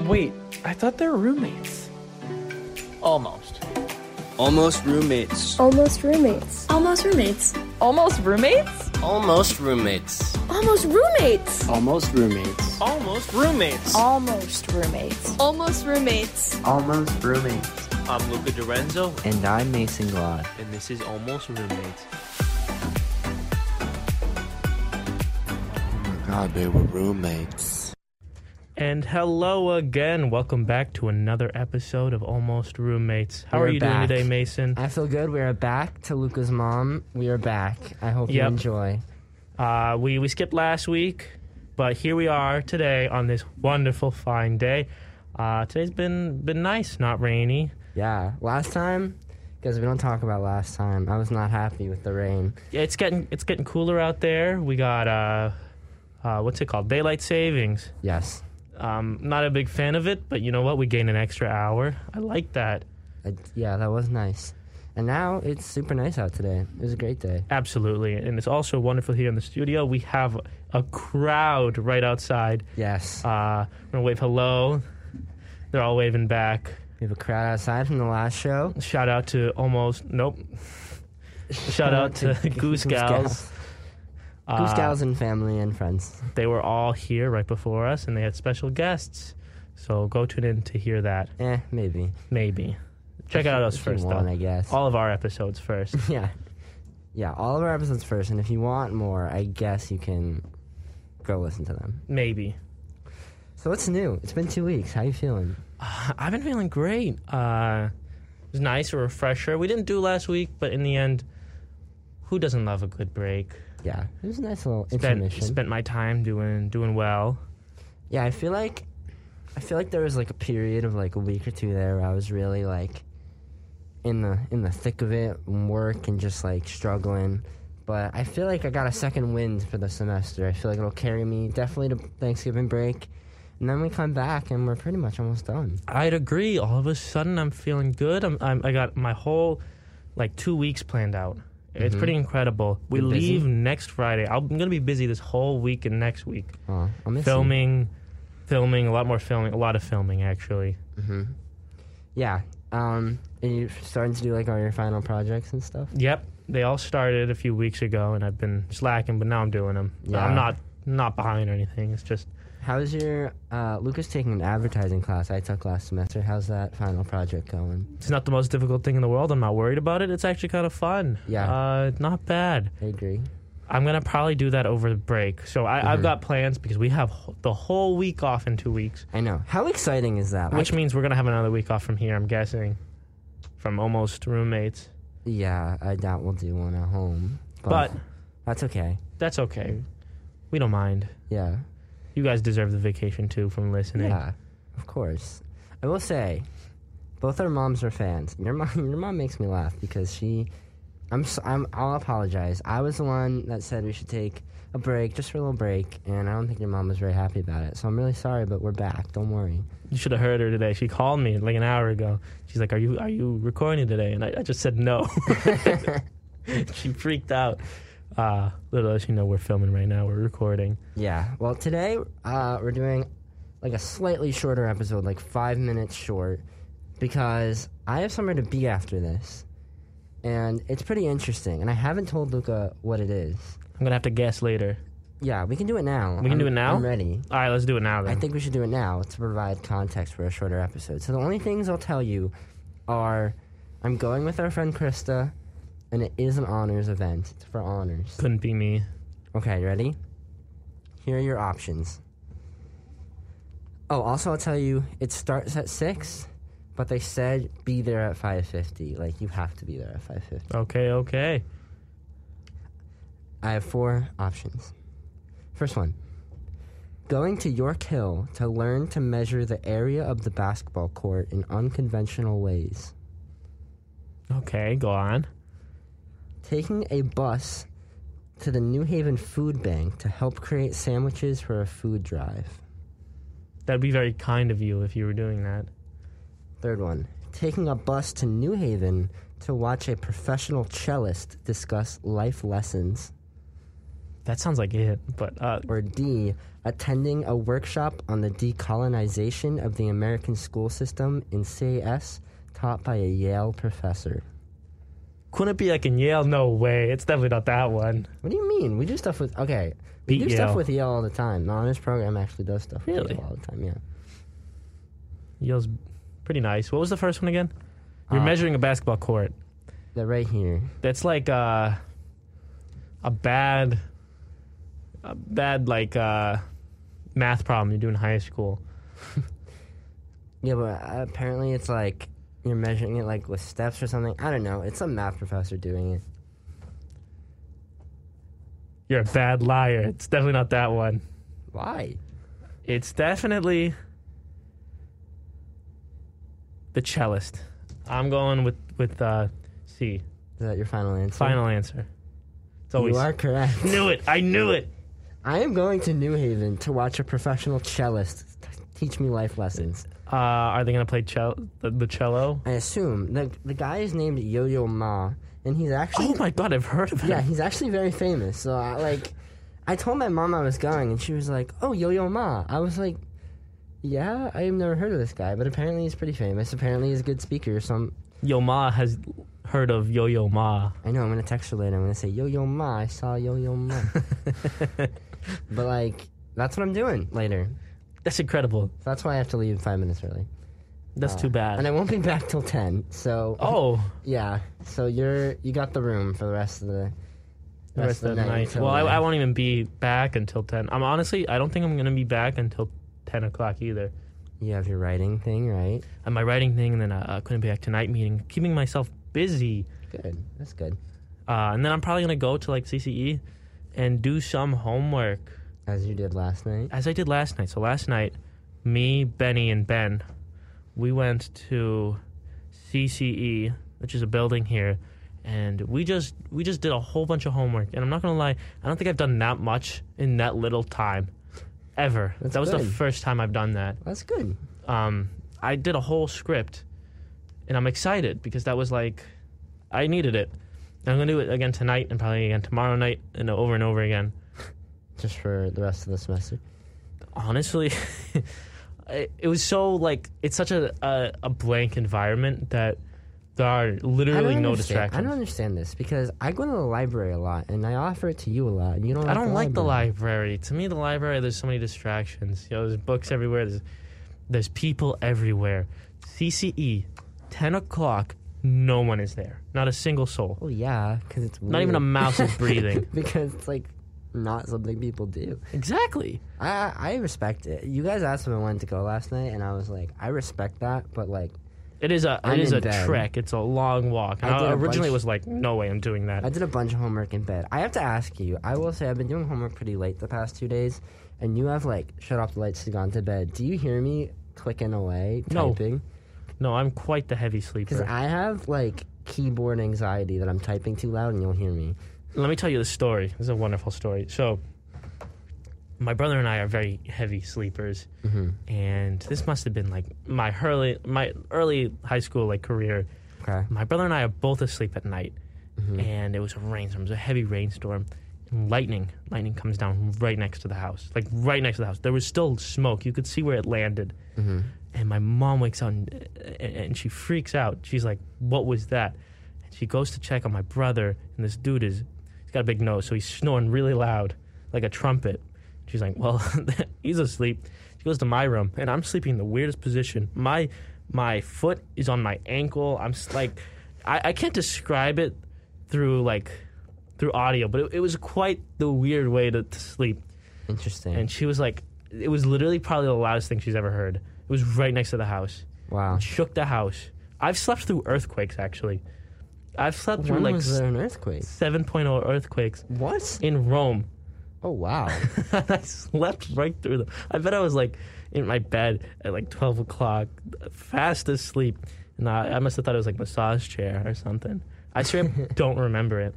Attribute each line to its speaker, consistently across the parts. Speaker 1: Wait, I thought they were roommates.
Speaker 2: Almost.
Speaker 3: Almost roommates.
Speaker 4: Almost roommates.
Speaker 5: Almost roommates.
Speaker 6: Almost roommates?
Speaker 2: Almost roommates.
Speaker 5: Almost roommates.
Speaker 3: Almost roommates.
Speaker 2: Almost roommates.
Speaker 4: Almost roommates.
Speaker 5: Almost roommates.
Speaker 7: Almost roommates.
Speaker 2: I'm Luca Dorenzo,
Speaker 7: And I'm Mason Glod.
Speaker 2: and this is Almost Roommates.
Speaker 8: Oh my god, they were roommates.
Speaker 9: And hello again. Welcome back to another episode of Almost Roommates. How
Speaker 7: We're
Speaker 9: are you doing
Speaker 7: back.
Speaker 9: today, Mason?
Speaker 7: I feel good. We are back to Luca's mom. We are back. I hope you
Speaker 9: Yep.
Speaker 7: enjoy.
Speaker 9: Uh, we, we skipped last week, but here we are today on this wonderful, fine day. Uh, today's been been nice, not rainy.
Speaker 7: Yeah. Last time, because we don't talk about last time, I was not happy with the rain.
Speaker 9: It's getting it's getting cooler out there. We got uh, uh, what's it called? Daylight savings.
Speaker 7: Yes.
Speaker 9: Um, not a big fan of it, but you know what? We gain an extra hour. I like that.
Speaker 7: I, yeah, that was nice. And now it's super nice out today. It was a great day.
Speaker 9: Absolutely, and it's also wonderful here in the studio. We have a crowd right outside.
Speaker 7: Yes.
Speaker 9: Uh, we're gonna wave hello. They're all waving back.
Speaker 7: we have a crowd outside from the last show.
Speaker 9: Shout out to almost nope. Shout out to Goose Gals.
Speaker 7: Goose
Speaker 9: Uh,
Speaker 7: Gals and family and friends.
Speaker 9: They were all here right before us, and they had special guests. So go tune in to hear that.
Speaker 7: Eh, maybe.
Speaker 9: Maybe check out us
Speaker 7: If you
Speaker 9: first,
Speaker 7: want,
Speaker 9: though.
Speaker 7: I guess.
Speaker 9: All of our episodes first.
Speaker 7: Yeah. Yeah, all of our episodes first, and if you want more, I guess you can go listen to them.
Speaker 9: Maybe.
Speaker 7: So what's new? It's been two weeks. How you feeling?
Speaker 9: I've been feeling great. Uh, it was nice, a refresher. We didn't do last week, but in the end, who doesn't love a good break?
Speaker 7: Yeah. It was a nice little
Speaker 9: Spent,
Speaker 7: intermission.
Speaker 9: spent my time doing doing well.
Speaker 7: Yeah, I feel like I feel like there was like a period of like a week or two there where I was really like in the in the thick of it, and work and just like struggling. But I feel like I got a second wind for the semester. I feel like it'll carry me definitely to Thanksgiving break. And then we come back and we're pretty much almost done.
Speaker 9: I'd agree. All of a sudden, I'm feeling good. I'm, I'm I got my whole like two weeks planned out. It's pretty incredible. We
Speaker 7: You're Mm-hmm. busy?
Speaker 9: leave next Friday. I'll, I'm gonna be busy this whole week and next week.
Speaker 7: Oh, I'll miss you.
Speaker 9: Filming, filming, a lot more filming, a lot of filming actually.
Speaker 7: Yeah. Um, and you're starting to do like all your final projects and stuff.
Speaker 9: Yep, they all started a few weeks ago, and I've been slacking, but now I'm doing them.
Speaker 7: Yeah.
Speaker 9: I'm not not behind or anything. It's just
Speaker 7: How's your uh, Lucas taking an advertising class I took last semester? How's that final project going?
Speaker 9: it's not the most difficult thing in the world. I'm not worried about it. It's actually kind of fun.
Speaker 7: Yeah.
Speaker 9: uh, not bad.
Speaker 7: I agree.
Speaker 9: I'm gonna probably do that over the break. So I,
Speaker 7: Mm-hmm.
Speaker 9: I've got plans because we have wh- the whole week off in two weeks,
Speaker 7: I know. How exciting is that?
Speaker 9: which
Speaker 7: Like,
Speaker 9: means we're gonna have another week off from here. I'm guessing from almost roommates,
Speaker 7: yeah, I doubt we'll do one at home.
Speaker 9: but
Speaker 7: that's okay.
Speaker 9: that's okay. We don't mind.
Speaker 7: Yeah.
Speaker 9: You guys deserve the vacation too from listening.
Speaker 7: Yeah. Of course. I will say, both our moms are fans. Your mom, your mom makes me laugh because she. I'm, so, I'm. I'll apologize. I was the one that said we should take a break, just for a little break, and I don't think your mom was very happy about it. So I'm really sorry, but we're back. Don't worry.
Speaker 9: You should have heard her today. She called me like an hour ago. She's like, "Are you are you recording today?" And I, I just said no. she freaked out. Uh, little does she know we're filming right now. We're recording.
Speaker 7: Yeah. Well, today uh, we're doing like a slightly shorter episode, like five minutes short, because I have somewhere to be after this, and it's pretty interesting. And I haven't told Luca what it is.
Speaker 9: I'm gonna have to guess later.
Speaker 7: Yeah, we can do it now.
Speaker 9: We can do it now?
Speaker 7: I'm ready.
Speaker 9: All right, let's do it now. Then.
Speaker 7: I think we should do it now to provide context for a shorter episode. So the only things I'll tell you are, I'm going with our friend Krista, and it is an honors event. It's for honors.
Speaker 9: couldn't be me.
Speaker 7: Okay, you ready? Here are your options. Oh, also I'll tell you, it starts at six, but they said be there at five fifty. Like you have to be there at five fifty.
Speaker 9: Okay, okay.
Speaker 7: I have four options. First one. Going to York Hill to learn to measure the area of the basketball court in unconventional ways.
Speaker 9: Okay, go on.
Speaker 7: Taking a bus to the New Haven Food Bank to help create sandwiches for a food drive.
Speaker 9: That'd be very kind of you if you were doing that.
Speaker 7: Third one, taking a bus to New Haven to watch a professional cellist discuss life lessons.
Speaker 9: That sounds like it, but uh,
Speaker 7: Or D, attending a workshop on the decolonization of the American school system in CAS taught by a Yale professor.
Speaker 9: couldn't it be like in Yale? No way. It's definitely not that one.
Speaker 7: What do you mean? We do stuff with okay. We
Speaker 9: Beat
Speaker 7: do stuff
Speaker 9: Yale.
Speaker 7: with Yale all the time. The honors program actually does stuff with
Speaker 9: Really?
Speaker 7: Yale all the time. Yeah.
Speaker 9: Yale's pretty nice. What was the first one again? You're
Speaker 7: Uh,
Speaker 9: measuring a basketball court.
Speaker 7: They're right here.
Speaker 9: That's like uh, a bad, a bad like uh, math problem you do in high school.
Speaker 7: Yeah, but uh, apparently it's like you're measuring it like with steps or something. I don't know. It's some math professor doing it.
Speaker 9: You're a bad liar. It's definitely not that one.
Speaker 7: Why?
Speaker 9: It's definitely the cellist. I'm going with with uh, C.
Speaker 7: Is that your final answer?
Speaker 9: Final answer. It's always
Speaker 7: You are correct.
Speaker 9: knew it. I knew it.
Speaker 7: I am going to New Haven to watch a professional cellist t- teach me life lessons.
Speaker 9: Uh, are they gonna play cell- the, the cello?
Speaker 7: I assume the the guy is named Yo Yo Ma, and he's actually
Speaker 9: Oh my god, I've heard of it.
Speaker 7: Yeah, he's actually very famous. So I like, I told my mom I was going, and she was like, "Oh, Yo Yo Ma." I was like, "Yeah, I've never heard of this guy, but apparently he's pretty famous. Apparently he's a good speaker." So I'm,
Speaker 9: Yo Ma has heard of Yo Yo Ma.
Speaker 7: I know I'm gonna text her later. I'm gonna say, "Yo Yo Ma, I saw Yo Yo Ma." but like, that's what I'm doing later.
Speaker 9: That's incredible.
Speaker 7: So that's why I have to leave five minutes early,
Speaker 9: That's too
Speaker 7: and I
Speaker 9: bad.
Speaker 7: won't be back till ten. So
Speaker 9: Oh,
Speaker 7: yeah, so you're you got the room for the rest of the.
Speaker 9: the rest of the night.
Speaker 7: until
Speaker 9: Well, I,
Speaker 7: then.
Speaker 9: I won't even be back until ten. I'm honestly, I don't think I'm gonna be back until ten o'clock either.
Speaker 7: You have your writing thing, right?
Speaker 9: And my writing thing, and then I uh, couldn't be back tonight meeting, keeping myself busy.
Speaker 7: Good. That's good.
Speaker 9: Uh, and then I'm probably gonna go to like CCE and do some homework
Speaker 7: As you did last night.
Speaker 9: as I did last night. So last night, me, Benny, and Ben, we went to CCE, which is a building here, and we just we just did a whole bunch of homework. And I'm not gonna lie, I don't think I've done that much in that little time, ever.
Speaker 7: That's
Speaker 9: that was the
Speaker 7: good.
Speaker 9: first time I've done that.
Speaker 7: That's good.
Speaker 9: Um, I did a whole script, and I'm excited because that was like, I needed it. And I'm gonna do it again tonight and probably again tomorrow night and over and over again.
Speaker 7: Just for the rest of the semester.
Speaker 9: honestly it, it was so like it's such a, a a blank environment that there are
Speaker 7: I
Speaker 9: literally
Speaker 7: don't
Speaker 9: no
Speaker 7: understand- I
Speaker 9: distractions
Speaker 7: don't understand this because I go to the library a lot and I offer it to you a lot and you don't.
Speaker 9: I don't like the
Speaker 7: library.
Speaker 9: library. To me, the library there's so many distractions. You know, there's books everywhere. There's there's people everywhere. CCE, ten o'clock. No one is there. Not a single soul.
Speaker 7: Well, yeah, because it's
Speaker 9: Not even a
Speaker 7: weird.
Speaker 9: mouse is breathing.
Speaker 7: because it's like not something people do.
Speaker 9: Exactly.
Speaker 7: I I respect it. You guys asked me when to go last night and I was like, I respect that, but like
Speaker 9: It is a
Speaker 7: I'm
Speaker 9: it is
Speaker 7: in
Speaker 9: a
Speaker 7: bed.
Speaker 9: trek. It's a long walk. And
Speaker 7: I did
Speaker 9: I
Speaker 7: a
Speaker 9: originally
Speaker 7: bunch-
Speaker 9: was like, no way, I'm doing that.
Speaker 7: I did a bunch of homework in bed. I have to ask you. I will say I've been doing homework pretty late the past two days, and you have like shut off the lights and gone to bed. Do you hear me clicking away,
Speaker 9: No.
Speaker 7: typing?
Speaker 9: no, I'm quite the heavy
Speaker 7: Because
Speaker 9: sleeper.
Speaker 7: I have like keyboard anxiety that I'm typing too loud and you'll hear me.
Speaker 9: let me tell you the story. This is a wonderful story. So, my brother and I are very heavy sleepers,
Speaker 7: Mm-hmm.
Speaker 9: and this must have been like my early my early high school like career.
Speaker 7: Okay.
Speaker 9: My brother and I are both asleep at night, and it was a rainstorm. It was a heavy rainstorm. And lightning, lightning comes down right next to the house, like right next to the house. There was still smoke. You could see where it landed. And my mom wakes up and, and, and she freaks out. She's like, "What was that?" And she goes to check on my brother, and this dude is he's got a big nose, so he's snoring really loud, like a trumpet. She's like, "Well, he's asleep." She goes to my room, and I'm sleeping in the weirdest position. My my foot is on my ankle. I'm s- like, I, I can't describe it through like through audio, but it, it was quite the weird way to, to sleep.
Speaker 7: Interesting.
Speaker 9: And she was like, it was literally probably the loudest thing she's ever heard. It was right next to the house.
Speaker 7: wow.
Speaker 9: It shook the house. I've slept through earthquakes actually. I've slept through
Speaker 7: When
Speaker 9: like
Speaker 7: was there an earthquake?
Speaker 9: 7.0 earthquakes
Speaker 7: What?
Speaker 9: in Rome.
Speaker 7: Oh wow.
Speaker 9: and I slept right through them. I bet I was like in my bed at like 12 o'clock, fast asleep. And I, I must have thought it was like massage chair or something. I sure don't remember it.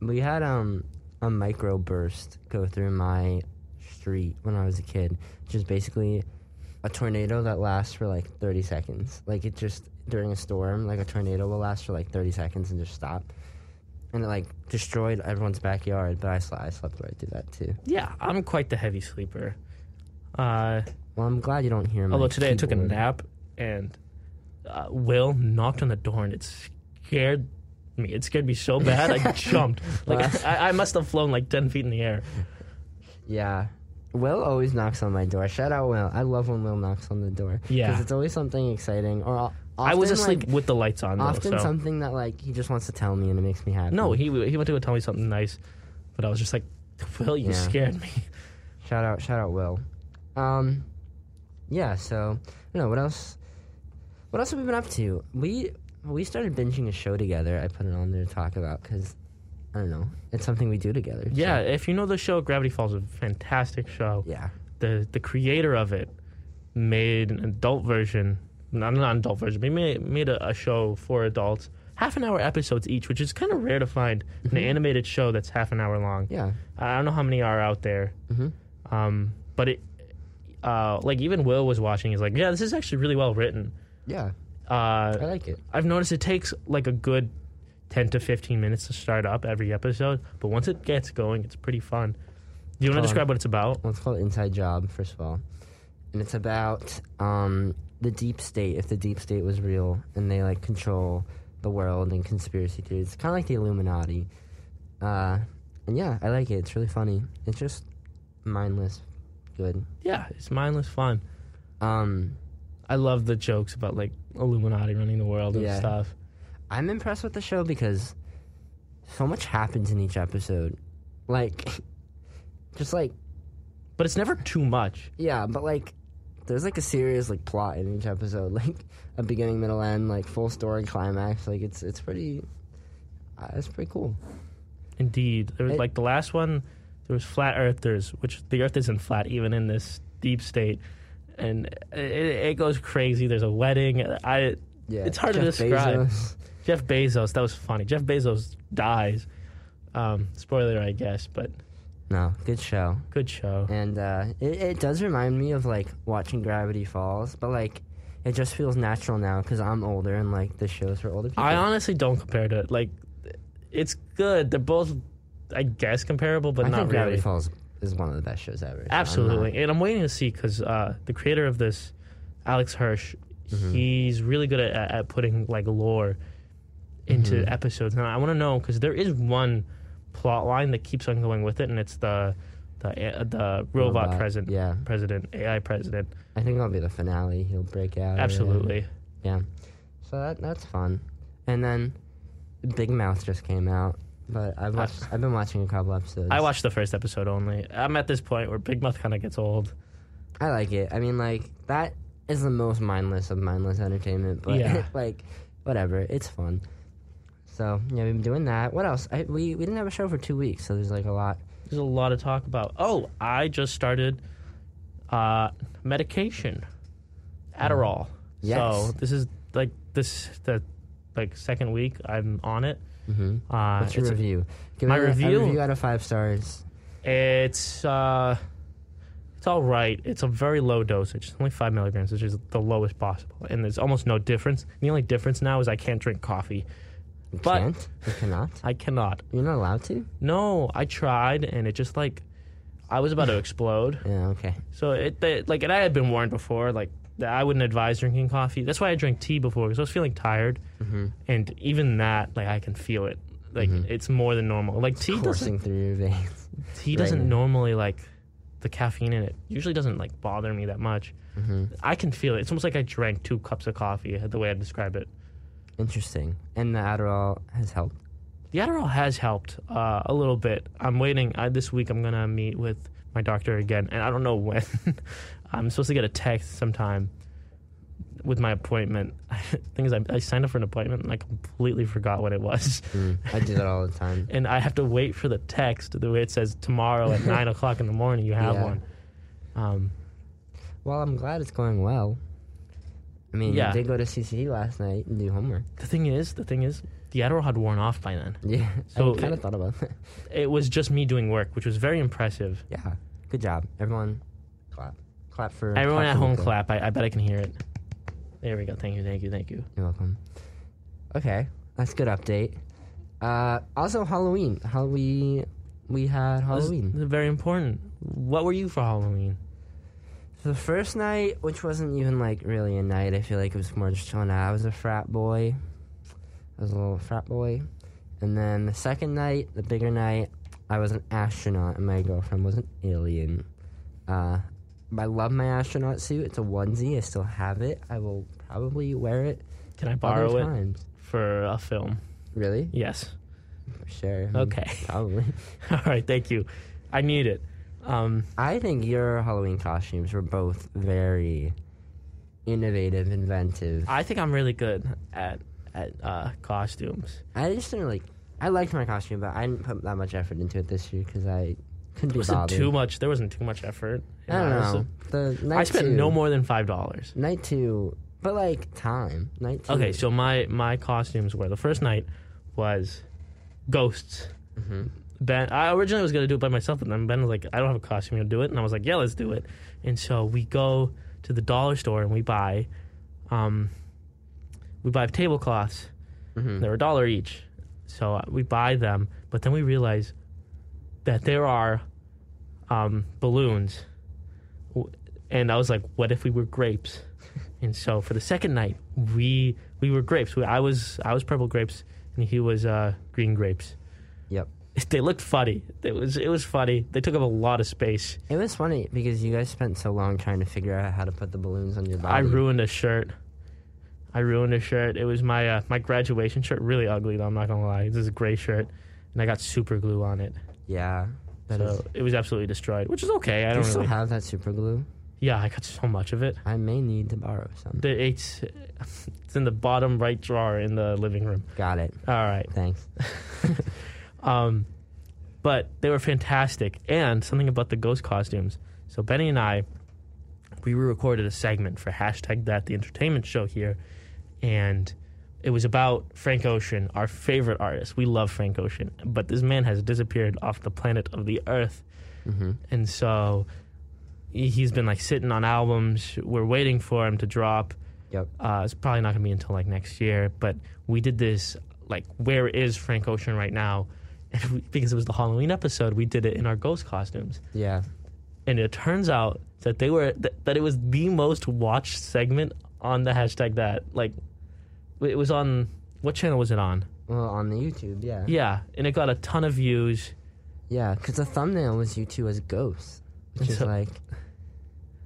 Speaker 7: we had um a micro burst go through my street when I was a kid, which is basically a tornado that lasts for like 30 seconds. Like it just during a storm, like a tornado will last for like 30 seconds and just stop. and it like destroyed everyone's backyard. But I slept, I slept right through that too.
Speaker 9: Yeah, I'm quite the heavy sleeper. Uh,
Speaker 7: Well, I'm glad you don't hear me.
Speaker 9: although today I took a nap and uh, Will knocked on the door and it scared me. It scared me so bad I jumped. Like I, I must have flown like ten feet in the air.
Speaker 7: Yeah. Will always knocks on my door. Shout out Will. I love when Will knocks on the door.
Speaker 9: Yeah.
Speaker 7: Because it's always something exciting. Or often,
Speaker 9: I was asleep
Speaker 7: Like,
Speaker 9: with the lights on. Though,
Speaker 7: often
Speaker 9: so.
Speaker 7: something that like he just wants to tell me and it makes me happy.
Speaker 9: No, he he went to go tell me something nice, but I was just like, "Will, you
Speaker 7: Yeah.
Speaker 9: scared me."
Speaker 7: Shout out, shout out, Will. Um, yeah. So, I don't know what else. What else have we been up to? We we started binging a show together. I put it on there to talk about because I don't know. It's something we do together. so-
Speaker 9: Yeah, if you know the show Gravity Falls, is a fantastic show.
Speaker 7: yeah.
Speaker 9: The the creator of it made an adult version, not not an adult version, but he made made a, a show for adults, half an hour episodes each, which is kind of rare to find an animated show that's half an hour long.
Speaker 7: Mm-hmm. Yeah.
Speaker 9: I don't know how many are out there.
Speaker 7: Mhm.
Speaker 9: Um, but it, uh, like even Will was watching. He's like, yeah, this is actually really well written.
Speaker 7: Yeah.
Speaker 9: Uh,
Speaker 7: I like it.
Speaker 9: I've noticed it takes like a good 10 to 15 minutes to start up every episode, but once it gets going, it's pretty fun. Do you want to
Speaker 7: Um,
Speaker 9: describe what it's about?
Speaker 7: Well, it's called Inside Job, first of all. And it's about um, the deep state, if the deep state was real and they like control the world and conspiracy theories. It's kind of like the Illuminati. Uh, and yeah, I like it. It's really funny. It's just mindless, good.
Speaker 9: Yeah, it's mindless fun.
Speaker 7: Um,
Speaker 9: I love the jokes about like Illuminati running the world and
Speaker 7: Yeah.
Speaker 9: stuff.
Speaker 7: I'm impressed with the show because so much happens in each episode. Like, just like,
Speaker 9: But it's never too much.
Speaker 7: yeah, but like, there's like a serious like plot in each episode, like a beginning, middle, end, like full story, climax. Like it's it's pretty, uh, it's pretty cool.
Speaker 9: Indeed. There was
Speaker 7: It-
Speaker 9: like the last one, there was flat earthers, which the earth isn't flat even in this deep state. And it, it goes crazy. There's a wedding. I
Speaker 7: Yeah,
Speaker 9: It's hard to describe. Jeff Bezos. That was funny. Jeff Bezos dies. Um, spoiler, I guess, but
Speaker 7: No, good show,
Speaker 9: good show.
Speaker 7: and uh, it it does remind me of like watching Gravity Falls, but like. It just feels natural now because I'm older and like the shows for older people.
Speaker 9: I honestly don't compare to it. Like, it's good. They're both, I guess, comparable, but
Speaker 7: I
Speaker 9: not
Speaker 7: think Gravity
Speaker 9: really.
Speaker 7: Falls is one of the best shows ever. so I'm not-
Speaker 9: Absolutely, and I'm waiting to see because uh, the creator of this, Alex Hirsch,
Speaker 7: Mm-hmm.
Speaker 9: he's really good at, at putting like lore into
Speaker 7: Mm-hmm.
Speaker 9: episodes, and I want to know because there is one plot line that keeps on going with it, and it's the the uh, the robot,
Speaker 7: Robot,
Speaker 9: president,
Speaker 7: yeah. Oh,
Speaker 9: president, AI president.
Speaker 7: I think that'll be the finale. He'll break out. or whatever.
Speaker 9: Absolutely.
Speaker 7: Yeah. So that that's fun. And then Big Mouth just came out, but I've watched, I've been watching a couple episodes.
Speaker 9: I watched the first episode only. I'm at this point where Big Mouth kind of gets old.
Speaker 7: I like it. I mean, like that is the most mindless of mindless entertainment. But
Speaker 9: Yeah.
Speaker 7: like, whatever. It's fun. So yeah, we've been doing that. What else? I, we we didn't have a show for two weeks, so there's like a lot.
Speaker 9: There's a lot of talk about. Oh, I just started uh, medication, Adderall. So
Speaker 7: Hmm. Yes.
Speaker 9: this is like this the like second week I'm on it. Mm-hmm. Uh,
Speaker 7: What's your
Speaker 9: it's a-
Speaker 7: review? Give
Speaker 9: my
Speaker 7: it a-
Speaker 9: review?
Speaker 7: A review out of five stars.
Speaker 9: It's uh, it's all right. It's a very low dosage. It's only five milligrams, which is the lowest possible, and there's almost no difference. The only difference now is I can't drink coffee.
Speaker 7: You
Speaker 9: But-
Speaker 7: can't. You cannot.
Speaker 9: I cannot.
Speaker 7: You're not allowed to.
Speaker 9: No, I tried, and it just like I was about to explode.
Speaker 7: Yeah. Okay.
Speaker 9: So it they, like, and I had been warned before, like that I wouldn't advise drinking coffee. That's why I drank tea before because I was feeling tired, and even that, like, I can feel it. Like it's more than normal. Like tea doesn't
Speaker 7: Coursing through your veins.
Speaker 9: tea
Speaker 7: right
Speaker 9: doesn't
Speaker 7: now.
Speaker 9: normally like the caffeine in it usually doesn't like bother me that much. I can feel it. It's almost like I drank two cups of coffee. The way I describe it,
Speaker 7: Interesting. And the Adderall has helped.
Speaker 9: the Adderall has helped uh, a little bit. I'm waiting. I, this week I'm gonna meet with my doctor again, and I don't know when. I'm supposed to get a text sometime with my appointment. Thing is, I, I signed up for an appointment and I completely forgot what it was,
Speaker 7: I do that all the time.
Speaker 9: and I have to wait for the text. The way it says tomorrow at nine o'clock in the morning, you have
Speaker 7: Yeah.
Speaker 9: one. Um,
Speaker 7: Well, I'm glad it's going well. I mean,
Speaker 9: Yeah.
Speaker 7: you did go to CCD last night and do homework.
Speaker 9: the thing is, the thing is, the Adderall had worn off by then.
Speaker 7: Yeah.
Speaker 9: So-
Speaker 7: I kind of thought about that.
Speaker 9: It was just me doing work, which was very impressive.
Speaker 7: Yeah. Good job. Everyone clap. Clap for
Speaker 9: Everyone
Speaker 7: clap
Speaker 9: at
Speaker 7: for
Speaker 9: home,
Speaker 7: Nico.
Speaker 9: clap. I, I bet I can hear it. There we go. Thank you. Thank you. Thank you.
Speaker 7: You're welcome. Okay. That's a good update. Uh, also Halloween. How we we had
Speaker 9: This is
Speaker 7: Halloween.
Speaker 9: very important. What were you for Halloween?
Speaker 7: The first night, which wasn't even like really a night, I feel like it was more just chilling out. I was a frat boy. I was a little frat boy. And then the second night, the bigger night, I was an astronaut and my girlfriend was an alien. Uh, I love my astronaut suit. It's a onesie. I still have it. I will probably wear it
Speaker 9: Can I
Speaker 7: other
Speaker 9: borrow it
Speaker 7: times.
Speaker 9: for a film?
Speaker 7: Really?
Speaker 9: Yes.
Speaker 7: Sure.
Speaker 9: Okay.
Speaker 7: Probably.
Speaker 9: All right. Thank you. I need it. Um,
Speaker 7: I think your Halloween costumes were both very innovative, inventive.
Speaker 9: I think I'm really good at at uh, costumes.
Speaker 7: I just didn't like. I liked my costume, but I didn't put that much effort into it this year because I
Speaker 9: There
Speaker 7: couldn't be
Speaker 9: wasn't
Speaker 7: bothered.
Speaker 9: too much. There wasn't too much effort.
Speaker 7: I don't
Speaker 9: was-
Speaker 7: know. The night
Speaker 9: I spent
Speaker 7: two,
Speaker 9: no more than five dollars.
Speaker 7: Night two, but like time. Night two.
Speaker 9: Okay, so my my costumes were the first night was ghosts. Ben, I originally was gonna do it by myself, but then Ben was like, "I don't have a costume, you'll do it," and I was like, "Yeah, let's do it." And so we go to the dollar store and we buy, um, we buy tablecloths. They were a dollar each, so uh, we buy them. But then we realize that there are um, balloons, W- and I was like, "What if we were grapes?" And so for the second night, we we were grapes. We, I was I was purple grapes, and he was uh, green grapes.
Speaker 7: Yep.
Speaker 9: They looked funny. It was it was funny. They took up a lot of space.
Speaker 7: It was funny because you guys spent so long trying to figure out how to put the balloons on your body.
Speaker 9: I ruined a shirt. I ruined a shirt. It was my uh, my graduation shirt. Really ugly though. I'm not gonna lie. This is a gray shirt, and I got super glue on it.
Speaker 7: Yeah. That
Speaker 9: so
Speaker 7: is-
Speaker 9: it was absolutely destroyed, which is okay. I
Speaker 7: Do
Speaker 9: don't
Speaker 7: you still
Speaker 9: really.
Speaker 7: have that super glue?
Speaker 9: yeah, I got so much of it.
Speaker 7: I may need to borrow some.
Speaker 9: The- It's it's in the bottom right drawer in the living room.
Speaker 7: Got it.
Speaker 9: All right.
Speaker 7: Thanks.
Speaker 9: Um, but they were fantastic. And something about the ghost costumes. So Benny and I, we recorded a segment for hashtag that the entertainment show here, and it was about Frank Ocean, our favorite artist. We love Frank Ocean, but this man has disappeared off the planet of the Earth, and so he- he's been like sitting on albums. We're waiting for him to drop.
Speaker 7: Yep.
Speaker 9: Uh, it's probably not going to be until like next year, but we did this like where is Frank Ocean right now? And we, because it was the Halloween episode, we did it in our ghost costumes,
Speaker 7: Yeah.
Speaker 9: and it turns out that they were th- that it was the most watched segment on the hashtag that like it was on what channel was it on?
Speaker 7: Well, on the YouTube, yeah.
Speaker 9: Yeah, and it got a ton of views.
Speaker 7: Yeah, because the thumbnail was you two as ghosts, which is
Speaker 9: So-
Speaker 7: like.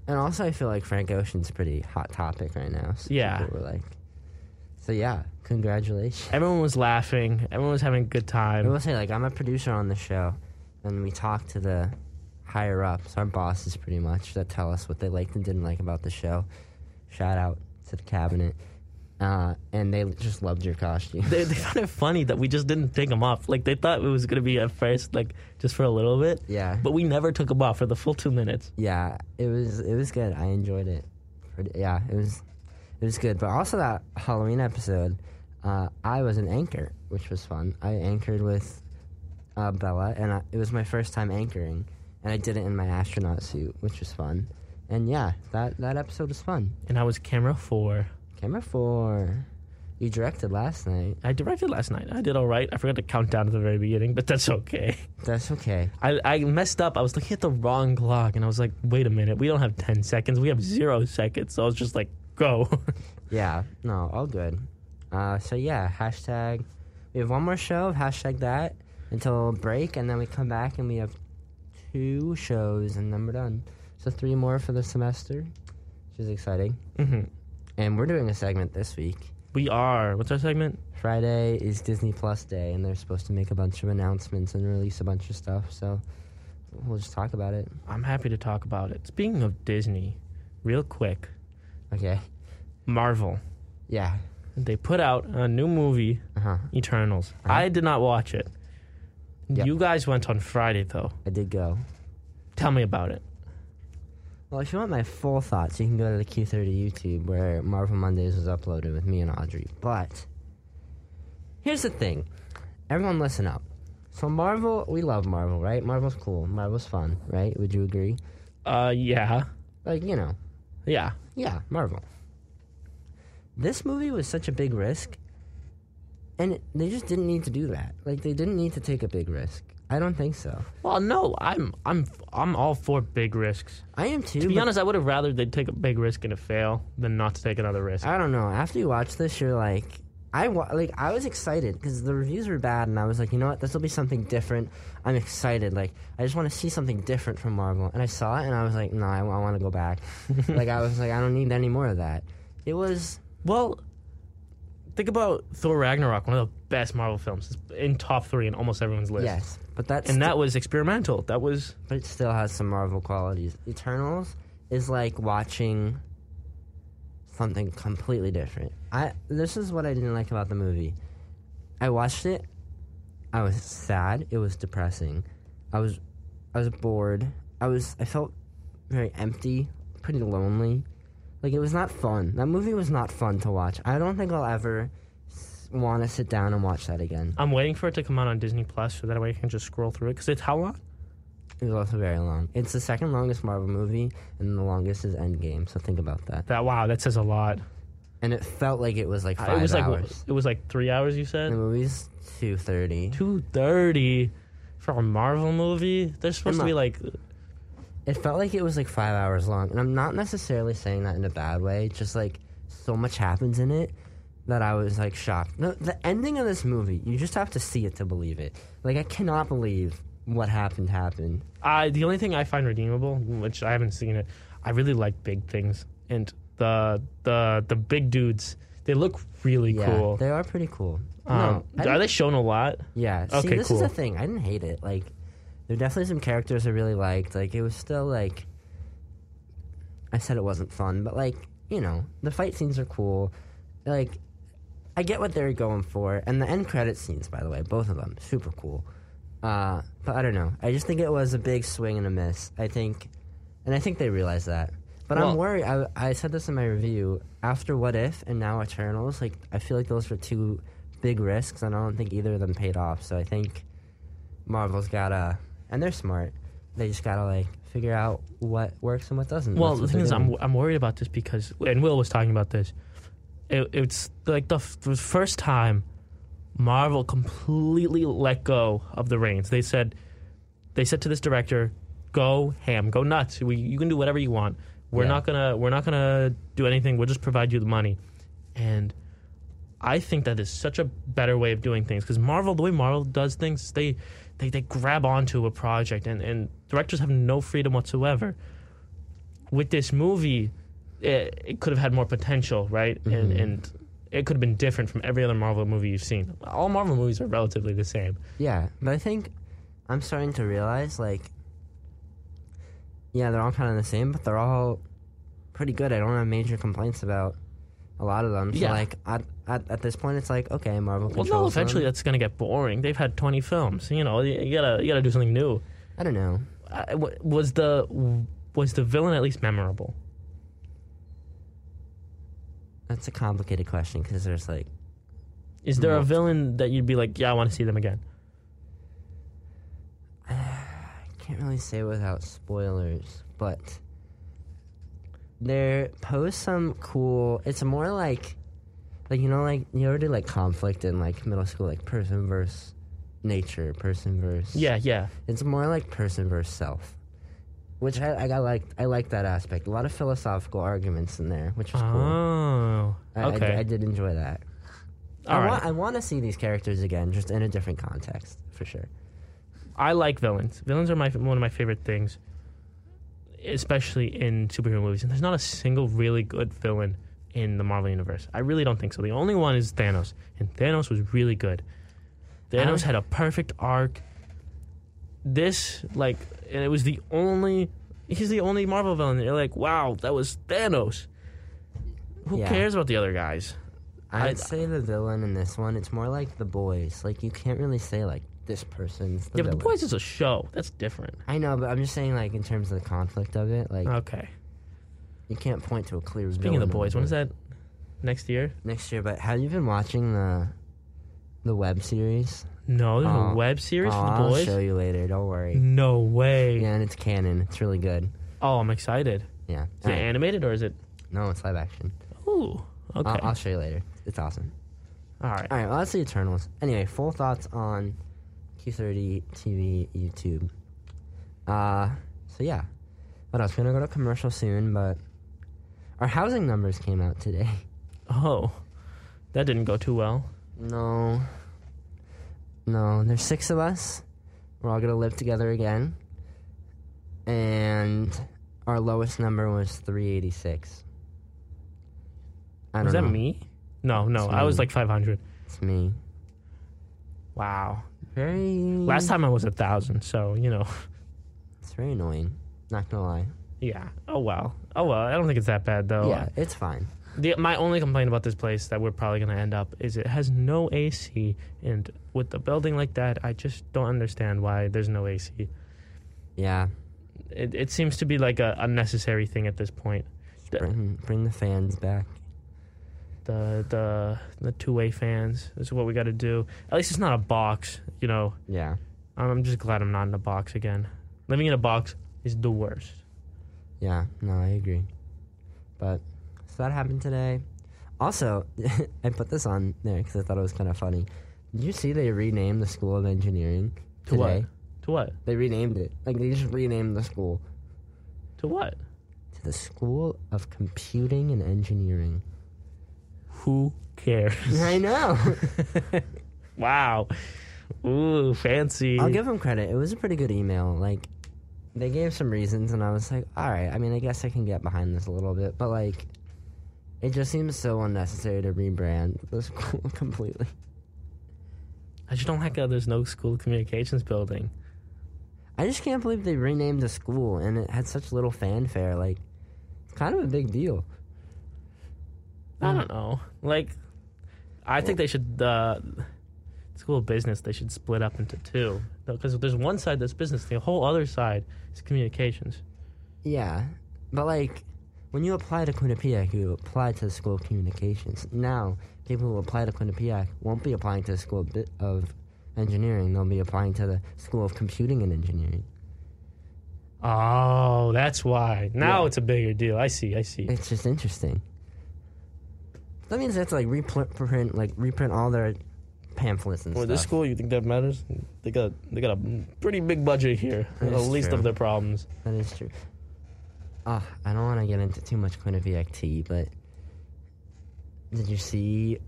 Speaker 7: And also, I feel like Frank Ocean's a pretty hot topic right now. So
Speaker 9: Yeah.
Speaker 7: people were like, so yeah, congratulations.
Speaker 9: Everyone was laughing. Everyone was having a good
Speaker 7: I
Speaker 9: time.
Speaker 7: will say, like, I'm a producer on the show, and we talk to the higher ups, our bosses, pretty much, that tell us what they liked and didn't like about the show. Shout out to the cabinet, uh, and they just loved your costume.
Speaker 9: They, they found it funny that we just didn't take them off. Like they thought it was gonna be at first, like just for a little bit.
Speaker 7: yeah,
Speaker 9: But we never took them off for the full two minutes.
Speaker 7: yeah, it was it was good. I enjoyed it. Pretty- Yeah, it was it was good. But also that Halloween episode, uh, I was an anchor, which was fun. I anchored with uh, Bella, and I, it was my first time anchoring, and I did it in my astronaut suit, which was fun. And yeah, that that episode was fun.
Speaker 9: And I was camera four.
Speaker 7: Camera four, you directed last night.
Speaker 9: I directed last night. I did all right. I forgot to count down at the very beginning, but that's okay.
Speaker 7: That's okay.
Speaker 9: I, I messed up. I was looking at the wrong clock and I was like, wait a minute. We don't have 10 seconds. We have zero seconds. So I was just like, go.
Speaker 7: Yeah, no, all good. Uh, so yeah, hashtag. We have one more show of hashtag that until break, and then we come back and we have two shows, and then we're done. So three more for the semester, which is exciting.
Speaker 9: hmm
Speaker 7: And we're doing a segment this week.
Speaker 9: We are. What's our segment?
Speaker 7: Friday is Disney Plus Day, and they're supposed to make a bunch of announcements and release a bunch of stuff. So we'll just talk about it.
Speaker 9: I'm happy to talk about it. Speaking of Disney, real quick
Speaker 7: Okay.
Speaker 9: Marvel.
Speaker 7: Yeah.
Speaker 9: They put out a new movie,
Speaker 7: Uh huh.
Speaker 9: Eternals. I did not watch it.
Speaker 7: Yep.
Speaker 9: You guys went on Friday, though.
Speaker 7: I did go.
Speaker 9: Tell me about it.
Speaker 7: Well, if you want my full thoughts, you can go to the Q30 YouTube where Marvel Mondays was uploaded with me and Audrey. But here's the thing everyone, listen up. So, Marvel, we love Marvel, right? Marvel's cool. Marvel's fun, right? Would you agree?
Speaker 9: Uh, yeah.
Speaker 7: Like, you know,
Speaker 9: Yeah.
Speaker 7: yeah, Marvel. This movie was such a big risk And it- they just didn't need to do that. Like they didn't need to take a big risk. I don't think so.
Speaker 9: Well, no, I'm I'm I'm all for big risks.
Speaker 7: I am too.
Speaker 9: To be
Speaker 7: but
Speaker 9: honest, I would have rather they take a big risk and it fail than not to take another risk.
Speaker 7: I don't know. After you watch this, you're like, I wa- like I was excited because the reviews were bad, and I was like, you know what, this will be something different. I'm excited. Like I just want to see something different from Marvel, and I saw it, and I was like, no, I, want to go back. like I was like, I don't need any more of that. It was
Speaker 9: Well, think about Thor Ragnarok, one of the best Marvel films. It's in top three in almost everyone's list.
Speaker 7: yes, but that's
Speaker 9: And that was experimental. That was
Speaker 7: but it still has some Marvel qualities. Eternals is like watching something completely different. I this is what I didn't like about the movie. I watched it. I was sad. It was depressing. I was I was bored. I was I felt very empty, pretty lonely. Like it was not fun. That movie was not fun to watch. I don't think I'll ever want to sit down and watch that again.
Speaker 9: I'm waiting for it to come out on Disney Plus so that way I can just scroll through it because it's how long?
Speaker 7: It was also very long. It's the second longest Marvel movie, and the longest is Endgame. So think about that.
Speaker 9: That wow, that says a lot.
Speaker 7: And it felt like it was like
Speaker 9: Uh,
Speaker 7: five
Speaker 9: it was like
Speaker 7: hours.
Speaker 9: it was like three hours. You
Speaker 7: the
Speaker 9: said
Speaker 7: movie's two thirty.
Speaker 9: two thirty for a Marvel movie. They're supposed to
Speaker 7: Emma.
Speaker 9: be like
Speaker 7: It felt like it was like five hours long, and I'm not necessarily saying that in a bad way. Just like so much happens in it that I was like shocked. The, the ending of this movie, you just have to see it to believe it. Like I cannot believe what happened happened.
Speaker 9: I the only thing I find redeemable, which I haven't seen it, I really like big things and the the the big dudes. They look really
Speaker 7: Yeah,
Speaker 9: cool.
Speaker 7: they are pretty cool.
Speaker 9: Um,
Speaker 7: no, I
Speaker 9: are
Speaker 7: didn't-
Speaker 9: they shown a lot?
Speaker 7: Yeah. See,
Speaker 9: Okay,
Speaker 7: this is
Speaker 9: cool.
Speaker 7: the thing. I didn't hate it. Like, there were definitely some characters I really liked. Like, it was still like, I said it wasn't fun, but like, you know, the fight scenes are cool. Like, I get what they're going for, and the end credit scenes, by the way, both of them, super cool. Uh, but I don't know. I just think it was a big swing and a miss. I think, and I think they realized that. But I'm
Speaker 9: Well-
Speaker 7: worried. I, I said this in my review. After What If and now Eternals, like I feel like those were two big risks, and I don't think either of them paid off. So I think Marvel's gotta, and they're smart. They just gotta like figure out what works and what doesn't.
Speaker 9: Well,
Speaker 7: That's
Speaker 9: the
Speaker 7: what
Speaker 9: thing
Speaker 7: they're
Speaker 9: is, I'm
Speaker 7: doing.
Speaker 9: I'm worried about this because, and Will was talking about this. It, it's like the, f- the first time Marvel completely let go of the reins. They said, they said to this director, "Go ham, go nuts. We, you can do whatever you want. We're
Speaker 7: Yeah.
Speaker 9: not gonna we're not gonna do anything. We'll just provide you the money." And I think that is such a better way of doing things because Marvel, the way Marvel does things, is they they, they grab onto a project and, and directors have no freedom whatsoever. With this movie, it, it could have had more potential, right? And
Speaker 7: Mm-hmm.
Speaker 9: and it could have been different from every other Marvel movie you've seen. All Marvel movies are relatively the same.
Speaker 7: Yeah, but I think I'm starting to realize like, yeah, they're all kind of the same, but they're all pretty good. I don't have major complaints about a lot of them. So
Speaker 9: Yeah.
Speaker 7: like at, at at this point, it's like okay, Marvel.
Speaker 9: Well,
Speaker 7: Controls
Speaker 9: no, eventually uh
Speaker 7: them.
Speaker 9: that's gonna get boring. They've had twenty films. You know, you, you gotta you gotta do something new.
Speaker 7: I don't know.
Speaker 9: I, w- was the was the villain at least memorable?
Speaker 7: That's a complicated question because there's like
Speaker 9: Is there a
Speaker 7: Multiple.
Speaker 9: villain that you'd be like, yeah, I want to see them again?
Speaker 7: I can't really say without spoilers, but they pose some cool. It's more like like you know like you already like conflict in like middle school like person versus nature person versus
Speaker 9: Yeah, yeah.
Speaker 7: It's more like person versus self, which I, I got like I like that aspect. A lot of philosophical arguments in there, which was cool.
Speaker 9: Oh,
Speaker 7: I, I-
Speaker 9: okay.
Speaker 7: I, did enjoy that.
Speaker 9: All
Speaker 7: I,
Speaker 9: right.
Speaker 7: want, I want to see these characters again, just in a different context for sure.
Speaker 9: I like villains. Villains are my one of my favorite things, especially in superhero movies. And there's not a single really good villain in the Marvel universe. I really don't think so. The only one is Thanos, and Thanos was really good. Thanos
Speaker 7: I-
Speaker 9: had a perfect arc. This like, and it was the only. He's the only Marvel villain. that You're like, wow, that was Thanos. Who
Speaker 7: Yeah.
Speaker 9: cares about the other guys?
Speaker 7: I'd
Speaker 9: I-
Speaker 7: say the villain in this one. It's more like the boys. Like you can't really say like this person's the
Speaker 9: yeah, but
Speaker 7: villain.
Speaker 9: the boys is a show. That's different.
Speaker 7: I know, but I'm just saying like in terms of the conflict of it. Like
Speaker 9: Okay.
Speaker 7: you can't point to a clear.
Speaker 9: Uh, Speaking of
Speaker 7: villain
Speaker 9: the boys, when is
Speaker 7: it.
Speaker 9: that? Next year?
Speaker 7: next year? But have you been watching the the web series?
Speaker 9: No, there's
Speaker 7: Oh.
Speaker 9: a web series
Speaker 7: Oh,
Speaker 9: for the
Speaker 7: I'll
Speaker 9: boys. Mm-hmm.
Speaker 7: show you later. Don't worry.
Speaker 9: No way.
Speaker 7: Yeah, and it's canon. It's really good.
Speaker 9: Oh, I'm excited.
Speaker 7: Yeah.
Speaker 9: Is it animated or is it?
Speaker 7: No, it's live action.
Speaker 9: Ooh. Okay.
Speaker 7: Uh, I'll, I'll show you later. It's awesome.
Speaker 9: All All right.
Speaker 7: All right, well, that's the Eternals. Anyway, full thoughts on Q30 TV YouTube. Uh, so yeah, what else? We're gonna go to commercial soon, but our housing numbers came out today.
Speaker 9: Oh, that didn't go too well.
Speaker 7: No, no, there's six of us. We're all gonna live together again, and our lowest number was 386. I
Speaker 9: Was that
Speaker 7: know.
Speaker 9: me? No, no,
Speaker 7: It's
Speaker 9: I was
Speaker 7: me.
Speaker 9: like 500.
Speaker 7: It's me.
Speaker 9: Wow.
Speaker 7: Very
Speaker 9: Last time I was a thousand, so you know.
Speaker 7: It's very annoying. Not gonna lie.
Speaker 9: Yeah. Oh well. Oh well. I don't think it's that bad though.
Speaker 7: yeah, it's fine.
Speaker 9: The, my only complaint about this place that we're probably gonna end up is it has no AC, and with the building like that, I just don't understand why there's no AC.
Speaker 7: Yeah,
Speaker 9: It, it seems to be like a unnecessary thing at this point. The-
Speaker 7: bring bring the fans back.
Speaker 9: the the the two way fans. This is what we got to do. At least it's not a box, you know.
Speaker 7: Yeah,
Speaker 9: I'm I'm just glad I'm not in a box again. Living in a box is the worst.
Speaker 7: yeah. No, I agree. But so that happened today. Also, I put this on there because I thought it was kind of funny. Did you see they renamed the School of Engineering
Speaker 9: To
Speaker 7: today?
Speaker 9: what? To what?
Speaker 7: They renamed it. Like they just renamed the school
Speaker 9: To what?
Speaker 7: to the School of Computing and Engineering.
Speaker 9: Who cares?
Speaker 7: I know.
Speaker 9: wow. Ooh, fancy.
Speaker 7: I'll give them credit. It was a pretty good email. Like, they gave some reasons, and I was like, all right. I mean, I guess I can get behind this a little bit, but like, it just seems so unnecessary to rebrand the school completely.
Speaker 9: I just don't like how there's no school communications building.
Speaker 7: I just can't believe they renamed the school, and it had such little fanfare. Like, it's kind of a big deal.
Speaker 9: I
Speaker 7: Mm.
Speaker 9: don't know. Like, I think they should. Uh, school of business. They should split up into two because there's one side that's business. The whole other side is communications.
Speaker 7: Yeah, but like, when you apply to Quinnipiac, you apply to the School of Communications. Now, people who apply to Quinnipiac won't be applying to the School of Bi- of Engineering. They'll be applying to the School of Computing and Engineering.
Speaker 9: Oh, that's why. Now it's a bigger deal. I see. I see.
Speaker 7: It's just interesting. That means they have to like reprint, like reprint all their pamphlets and
Speaker 9: Well,
Speaker 7: stuff.
Speaker 9: this school, you think that matters? They got they got a pretty big budget here.
Speaker 7: That
Speaker 9: the
Speaker 7: is
Speaker 9: least
Speaker 7: true.
Speaker 9: of their problems.
Speaker 7: That is true. Ah, I don't want to get into too much Quinnipiac tea, but did you see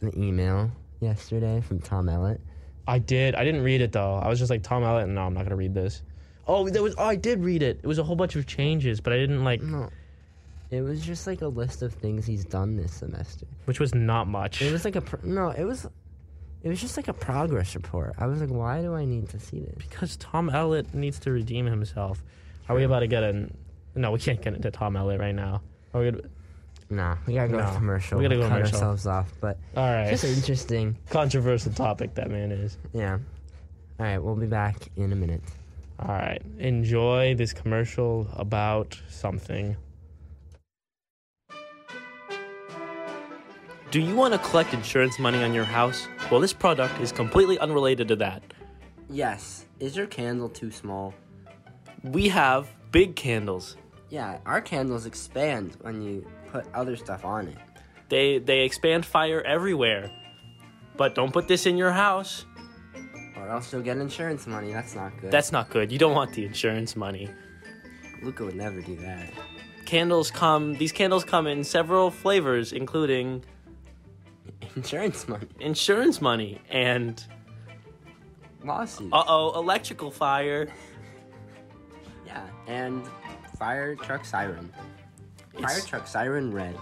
Speaker 7: the email yesterday from Tom Ellett?
Speaker 9: I did. I didn't read it though. I was just like Tom Allen. No, I'm not gonna read this. Oh, there was. Oh, I did read it. It was a whole bunch of changes, but I didn't like,
Speaker 7: No. It was just like a list of things he's done this semester.
Speaker 9: which was not much.
Speaker 7: It was like a pro- no. It was, it was just like a progress report. I was like, why do I need to see this?
Speaker 9: because Tom Ellett needs to redeem himself. Are we about to get in? No, we can't get into Tom Ellett right now. Are we? Gonna,
Speaker 7: Nah, we gotta go
Speaker 9: No.
Speaker 7: to commercial.
Speaker 9: We gotta go
Speaker 7: cut
Speaker 9: commercial.
Speaker 7: ourselves off, but
Speaker 9: all right.
Speaker 7: just interesting.
Speaker 9: Controversial topic that man is.
Speaker 7: Yeah. All right, we'll be back in a minute.
Speaker 9: All right. Enjoy this commercial about something.
Speaker 2: Do you want to collect insurance money on your house? Well, this product is completely unrelated to that.
Speaker 7: Yes. Is your candle too small?
Speaker 2: We have big candles.
Speaker 7: Yeah, our candles expand when you put other stuff on it.
Speaker 2: They they expand fire everywhere. But don't put this in your house.
Speaker 7: Or else you'll get insurance money. That's not good.
Speaker 2: That's not good. You don't want the insurance money.
Speaker 7: Luca would never do that.
Speaker 2: Candles come these candles come in several flavors including
Speaker 7: Insurance money.
Speaker 2: insurance money and
Speaker 7: Lawsuit.
Speaker 2: uh-oh, electrical fire.
Speaker 7: Yeah. And fire truck siren. Fire
Speaker 2: It's-
Speaker 7: truck siren red.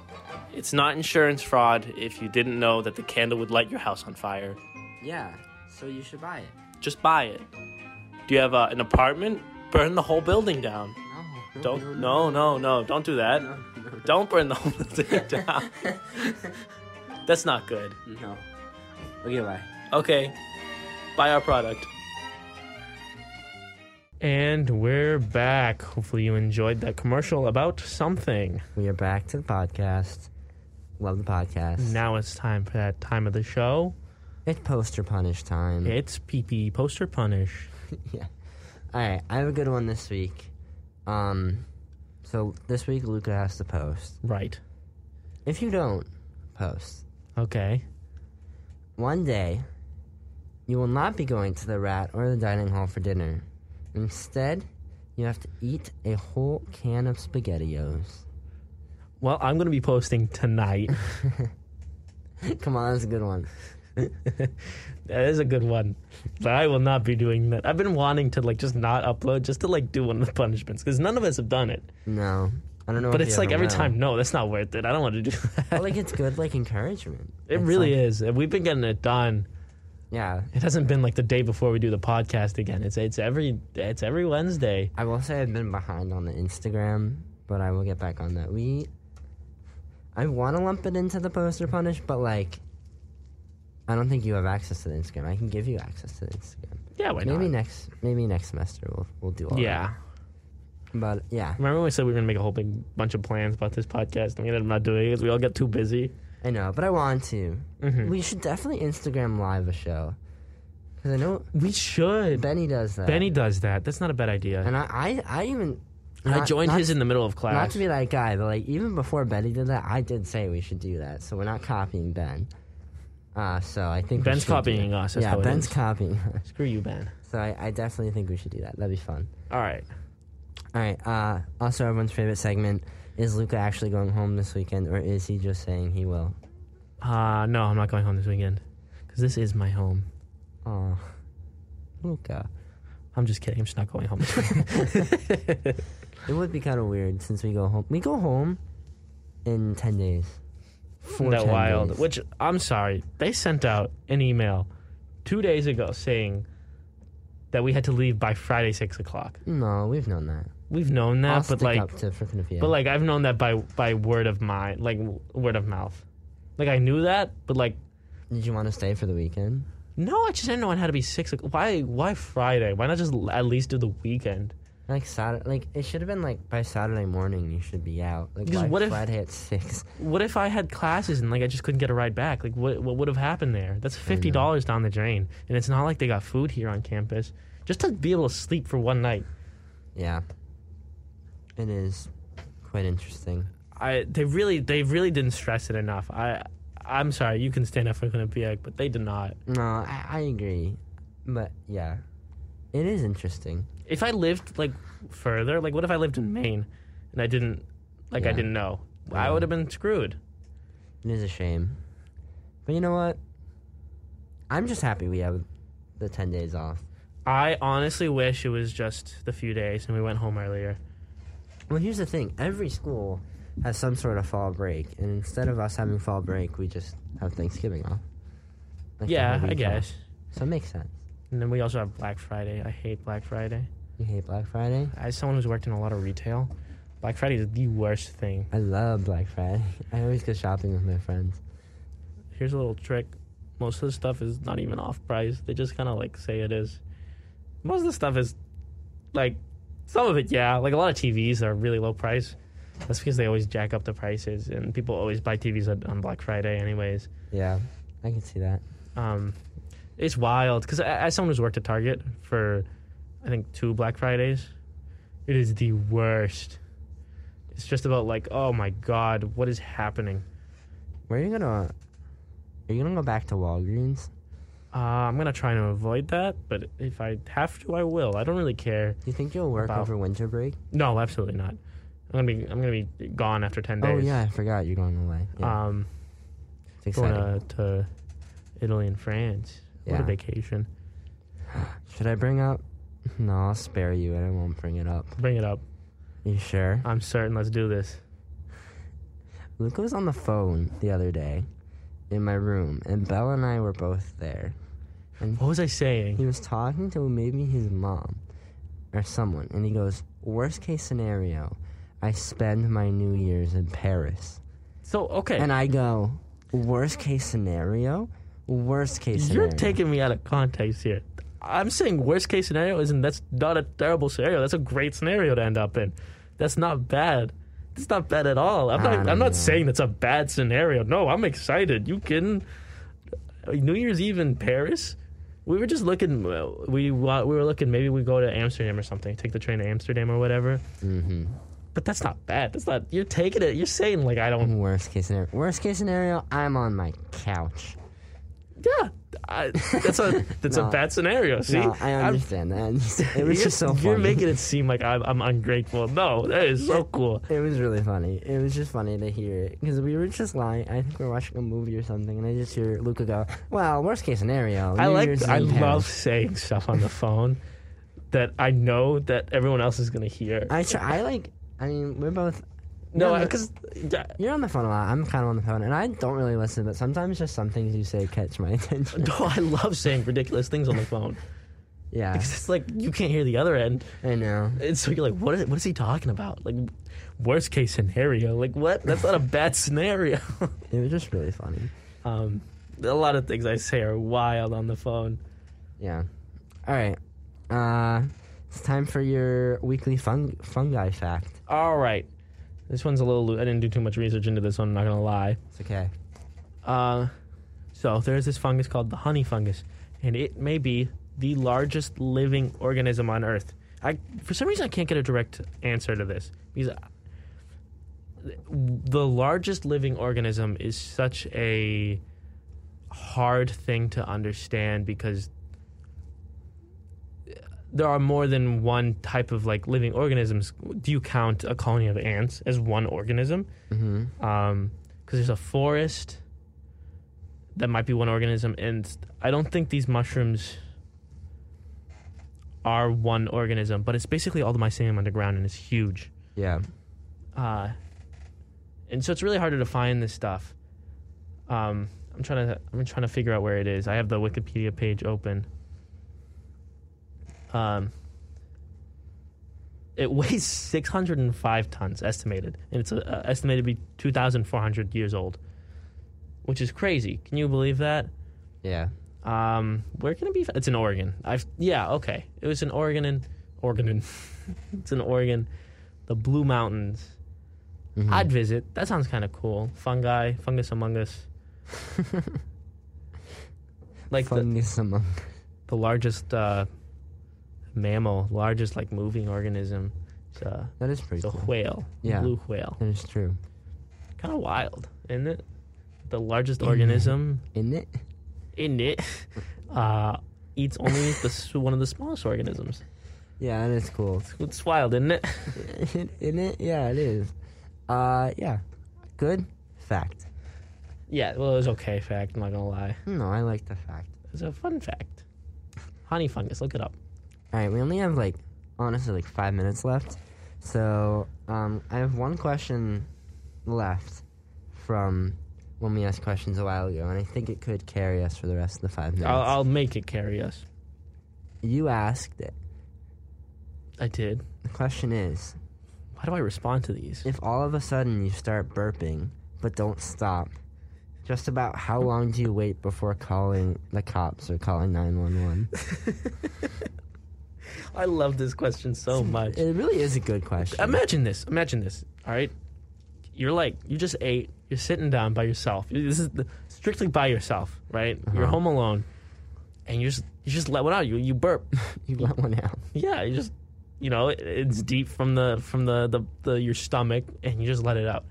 Speaker 2: It's not insurance fraud if you didn't know that the candle would light your house on fire.
Speaker 7: Yeah. So you should buy it.
Speaker 2: Just buy it. Do you have uh, an apartment? Burn the whole building down.
Speaker 7: No. no, no,
Speaker 2: Don't no
Speaker 7: no.
Speaker 2: no no don't do that. Don't burn the whole building down. That's not good.
Speaker 7: No. Okay, bye.
Speaker 2: Okay, buy our product.
Speaker 9: And we're back. Hopefully, you enjoyed that commercial about something.
Speaker 7: We are back to the podcast. Love the podcast.
Speaker 9: Now it's time for that time of the show.
Speaker 7: It's poster punish time.
Speaker 2: Hmm.
Speaker 9: It's PP Poster Punish.
Speaker 7: All right, I have a good one this week. Um, so this week Luca has to post.
Speaker 9: Right.
Speaker 7: If you don't post,
Speaker 9: Okay.
Speaker 7: One day, you will not be going to the rat or the dining hall for dinner. Instead, you have to eat a whole can of SpaghettiOs.
Speaker 9: Well, I'm gonna be posting tonight.
Speaker 7: Come on, that's a good one.
Speaker 9: That is a good one. But I will not be doing that. I've been wanting to like just not upload, just to like do one of the punishments because none of us have done it.
Speaker 7: Oh, No, I don't know.
Speaker 9: But
Speaker 7: if
Speaker 9: it's
Speaker 7: you
Speaker 9: like
Speaker 7: ever
Speaker 9: every
Speaker 7: will.
Speaker 9: time, no, that's not worth it. I don't want to do that.
Speaker 7: But like it's good, like encouragement.
Speaker 9: It
Speaker 7: It's
Speaker 9: really
Speaker 7: like-
Speaker 9: is. And We've been getting it done.
Speaker 7: Yeah,
Speaker 9: It hasn't been like the day before we do the podcast again. It's it's every it's every Wednesday.
Speaker 7: I will say I've been behind on the Instagram, but I will get back on that. We, I want to lump it into the poster punish, but like, I don't think you have access to the Instagram. I can give you access to the Instagram.
Speaker 9: Yeah, why
Speaker 7: maybe
Speaker 9: not?
Speaker 7: next, maybe next semester we'll we'll do all. that.
Speaker 9: Yeah.
Speaker 7: but yeah,
Speaker 9: Remember when we said we were gonna make a whole big bunch of plans about this podcast and we ended up not doing it because we all got too busy.
Speaker 7: I know, but I want to.
Speaker 9: Mm-hmm.
Speaker 7: We should definitely Instagram live a show, because I know
Speaker 9: We should.
Speaker 7: Benny does that.
Speaker 9: Benny does that. That's not a bad idea.
Speaker 7: and I, I, I even.
Speaker 9: I
Speaker 7: not-
Speaker 9: joined
Speaker 7: not
Speaker 9: his in the middle of class.
Speaker 7: Not to be that guy, but like even before Betty did that, I did say we should do that. So we're not copying Ben. Uh, so I think we
Speaker 9: Ben's
Speaker 7: should do
Speaker 9: copying
Speaker 7: it.
Speaker 9: us, that's
Speaker 7: yeah,
Speaker 9: how it
Speaker 7: Ben's
Speaker 9: is.
Speaker 7: copying us.
Speaker 9: Screw you, Ben.
Speaker 7: So I, I definitely think we should do that. That'd be fun.
Speaker 9: All right.
Speaker 7: All right. Uh, also, everyone's favorite segment is Luca actually going home this weekend, or is he just saying he will?
Speaker 9: Uh, no, I'm not going home this weekend because this is my home.
Speaker 7: Oh, Luca.
Speaker 9: I'm just kidding. I'm just not going home. This weekend.
Speaker 7: It would be kind of weird since we go home. We go home in ten days. For
Speaker 9: that
Speaker 7: 10
Speaker 9: wild.
Speaker 7: days.
Speaker 9: Which I'm sorry, they sent out an email two days ago saying that we had to leave by Friday six o'clock.
Speaker 7: No, we've known that.
Speaker 9: We've known
Speaker 7: I'll
Speaker 9: that,
Speaker 7: stick
Speaker 9: but like,
Speaker 7: up to frickin' Fiat.
Speaker 9: but like I've known that by by word of mind, like w- word of mouth. Like I knew that, but like
Speaker 7: did you want to stay for the weekend?
Speaker 9: no, I just didn't know it had to be six. o'clock. Why why Friday? Why not just l- at least do the weekend?
Speaker 7: Like Saturday, like it should have been like by Saturday morning you should be out. Like
Speaker 9: Because
Speaker 7: why
Speaker 9: what if-
Speaker 7: Friday at six?
Speaker 9: What if I had classes and like I just couldn't get a ride back? Like what what would have happened there? That's fifty dollars down the drain, and it's not like they got food here on campus. Just to be able to sleep for one night.
Speaker 7: Yeah, it is quite interesting.
Speaker 9: I they really they really didn't stress it enough. I I'm sorry, you can stand up for Quinnipiac, but they did not.
Speaker 7: No, I, I agree, but yeah, it is interesting.
Speaker 9: If I lived like further, like what if I lived in Maine and I didn't like I
Speaker 7: Yeah.
Speaker 9: didn't know? I would have been screwed.
Speaker 7: It is a shame, but you know what? I'm just happy we have the ten days off.
Speaker 9: I honestly wish it was just the few days and we went home earlier.
Speaker 7: Well, here's the thing: every school has some sort of fall break, and instead of us having fall break, we just have Thanksgiving off. Like, the
Speaker 9: yeah,
Speaker 7: whole
Speaker 9: I
Speaker 7: week off.
Speaker 9: guess.
Speaker 7: So it makes sense.
Speaker 9: And then we also have Black Friday. I hate Black Friday.
Speaker 7: You hate Black Friday?
Speaker 9: As someone who's worked in a lot of retail, Black Friday is the worst thing.
Speaker 7: I love Black Friday. I always go shopping with my friends.
Speaker 9: Here's a little trick. Most of the stuff is not even off price. They just kind of like say it is. Most of the stuff is like some of it, yeah. Like a lot of TVs are really low price. That's because they always jack up the prices, and people always buy TVs on, on Black Friday, anyways.
Speaker 7: Yeah, I can see that.
Speaker 9: Um, it's wild because as someone who's worked at Target for, I think two Black Fridays, it is the worst. It's just about like, oh my god, what is happening?
Speaker 7: Where are you gonna? Are you gonna go back to Walgreens?
Speaker 9: Uh, I'm gonna try to avoid that, but if I have to, I will. I don't really care.
Speaker 7: Do you think you'll work
Speaker 9: About-
Speaker 7: over winter break?
Speaker 9: No, absolutely not. I'm gonna be I'm gonna be gone after ten days.
Speaker 7: Oh yeah, I forgot you're going away. Yeah,
Speaker 9: Um,
Speaker 7: it's exciting.
Speaker 9: going to, to Italy and France. What a
Speaker 7: Yeah.
Speaker 9: vacation!
Speaker 7: Should I bring up? No, I'll spare you, and I won't bring it up.
Speaker 9: Bring it up.
Speaker 7: You sure?
Speaker 9: I'm certain. Let's do this.
Speaker 7: Luca was on the phone the other day, in my room, and Bella and I were both there.
Speaker 9: What was I saying?
Speaker 7: He was talking to maybe his mom or someone, and he goes, Worst case scenario, I spend my New Year's in Paris.
Speaker 9: So okay,
Speaker 7: And I go, Worst case scenario? Worst case scenario.
Speaker 9: You're taking me out of context here. I'm saying worst case scenario isn't that's not a terrible scenario. That's a great scenario to end up in. That's not bad. That's not bad at all. I'm
Speaker 7: I
Speaker 9: not.
Speaker 7: don't
Speaker 9: I'm
Speaker 7: know.
Speaker 9: not saying that's a bad scenario. No, I'm excited. You kidding? New Year's Eve in Paris. We were just looking. well, We wa- we were looking. Maybe we go to Amsterdam or something. Take the train to Amsterdam or whatever. Mm-hmm. But that's not bad. That's not. You're taking it. You're saying like I don't.
Speaker 7: Worst case scenario. Worst case scenario, I'm on my couch.
Speaker 9: yeah, I, that's a that's
Speaker 7: Mm-hmm. No.
Speaker 9: a bad scenario. See,
Speaker 7: No, I
Speaker 9: I'm-
Speaker 7: understand that. I understand. It was
Speaker 9: you're,
Speaker 7: just so funny.
Speaker 9: you're making it seem like I'm, I'm ungrateful. No, that is so cool.
Speaker 7: It was really funny. It was just funny to hear it because we were just lying. I think we were watching a movie or something, and I just hear Luca go, "Well, worst case scenario."
Speaker 9: I
Speaker 7: New
Speaker 9: like
Speaker 7: Year's is
Speaker 9: I
Speaker 7: in Paris."
Speaker 9: love saying stuff on the phone that I know that everyone else is gonna hear.
Speaker 7: I try, I like. I mean, we're both.
Speaker 9: no,
Speaker 7: no,
Speaker 9: because
Speaker 7: You're on the phone a lot. I'm kind of on the phone, and I don't really listen, but sometimes just some things you say catch my attention.
Speaker 9: no, I love saying ridiculous things on the phone
Speaker 7: Yeah,
Speaker 9: because it's like you can't hear the other end,
Speaker 7: I know.
Speaker 9: and so you're like, what is what is he talking about? Like, worst case scenario, like what? That's not a bad scenario.
Speaker 7: It was just really funny.
Speaker 9: um, a lot of things I say are wild on the phone.
Speaker 7: Yeah. All right. Uh, it's time for your weekly fung- fungi fact.
Speaker 9: All right, this one's a little. loo- I didn't do too much research into this one. I'm not gonna lie.
Speaker 7: It's okay.
Speaker 9: Uh, so there's this fungus called the honey fungus, and it may be the largest living organism on Earth. I, for some reason, I can't get a direct answer to this because I- the largest living organism is such a hard thing to understand because there are more than one type of like living organisms. Do you count a colony of ants as one organism?
Speaker 7: Mm-hmm.
Speaker 9: because there's a forest that might be one organism, and I don't think these mushrooms are one organism, but it's basically all the mycelium underground, and it's huge.
Speaker 7: Yeah.
Speaker 9: Uh, and so it's really hard to define this stuff. Um, I'm trying to I'm trying to figure out where it is. I have the Wikipedia page open. Um, it weighs 605 tons estimated, and it's uh, estimated to be 2,400 years old, which is crazy. Can you believe that?
Speaker 7: Yeah.
Speaker 9: Um, where can it be? f- It's in Oregon. I've yeah, okay. It was in Oregon and Oregon. And it's in Oregon, the Blue Mountains.
Speaker 7: Mhm.
Speaker 9: I'd visit. That sounds kind of cool. Fungi, fungus among us. like the,
Speaker 7: fungus among.
Speaker 9: the largest uh, mammal, largest like moving organism. It's, uh,
Speaker 7: That is pretty
Speaker 9: it's a
Speaker 7: cool.
Speaker 9: whale,
Speaker 7: Yeah.
Speaker 9: blue whale.
Speaker 7: That is true.
Speaker 9: Kind of wild, isn't it? The largest
Speaker 7: Isn't it?
Speaker 9: organism
Speaker 7: Isn't it?
Speaker 9: in it uh, eats only the, s- one of the smallest organisms.
Speaker 7: Yeah, that is cool.
Speaker 9: It's wild, isn't it?
Speaker 7: Isn't it? Yeah, it is. Uh, yeah. Good fact.
Speaker 9: yeah, well, it was okay fact, I'm not gonna lie.
Speaker 7: No, I like the fact.
Speaker 9: It's a fun fact. Honey fungus, look it up.
Speaker 7: All right, we only have like honestly like five minutes left, so um, I have one question left from when we asked questions a while ago, and I think it could carry us for the rest of the five minutes.
Speaker 9: I'll, I'll make it carry us.
Speaker 7: you asked it.
Speaker 9: I did.
Speaker 7: The question is,
Speaker 9: Why do I respond to these?
Speaker 7: if all of a sudden you start burping but don't stop, just about how long do you wait before calling the cops or calling nine one one?
Speaker 9: I love this question so much.
Speaker 7: It really is a good question.
Speaker 9: Imagine this. Imagine this. All right, you're like you just ate. You're sitting down by yourself. This is the, strictly by yourself, right? You're
Speaker 7: Uh-huh.
Speaker 9: home alone, and you just you just let one out. You you burp.
Speaker 7: you let one out.
Speaker 9: Yeah, you just you know it, it's deep from the from the, the the your stomach, and you just let it out,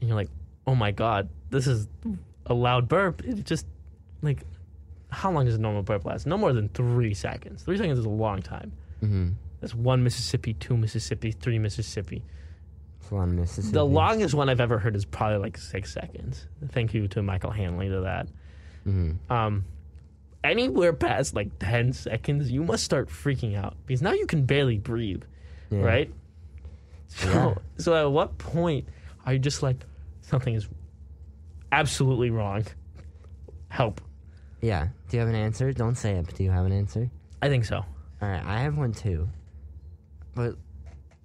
Speaker 9: and you're like, oh my god, this is a loud burp. It just like how long does a normal burp last? No more than three seconds. Three seconds is a long time.
Speaker 7: Mm-hmm.
Speaker 9: That's one Mississippi, two Mississippi, three Mississippi.
Speaker 7: It's a lot of Mississippi.
Speaker 9: The longest one I've ever heard is probably like six seconds. Thank you to Michael Hanley to that.
Speaker 7: Mhm.
Speaker 9: Um, anywhere past like 10 seconds, you must start freaking out because now you can barely breathe,
Speaker 7: Yeah.
Speaker 9: right? So,
Speaker 7: Yeah.
Speaker 9: so at what point are you just like, something is absolutely wrong? Help.
Speaker 7: Yeah. Do you have an answer? Don't say it, but do you have an answer?
Speaker 9: I think so.
Speaker 7: All right, I have one too. But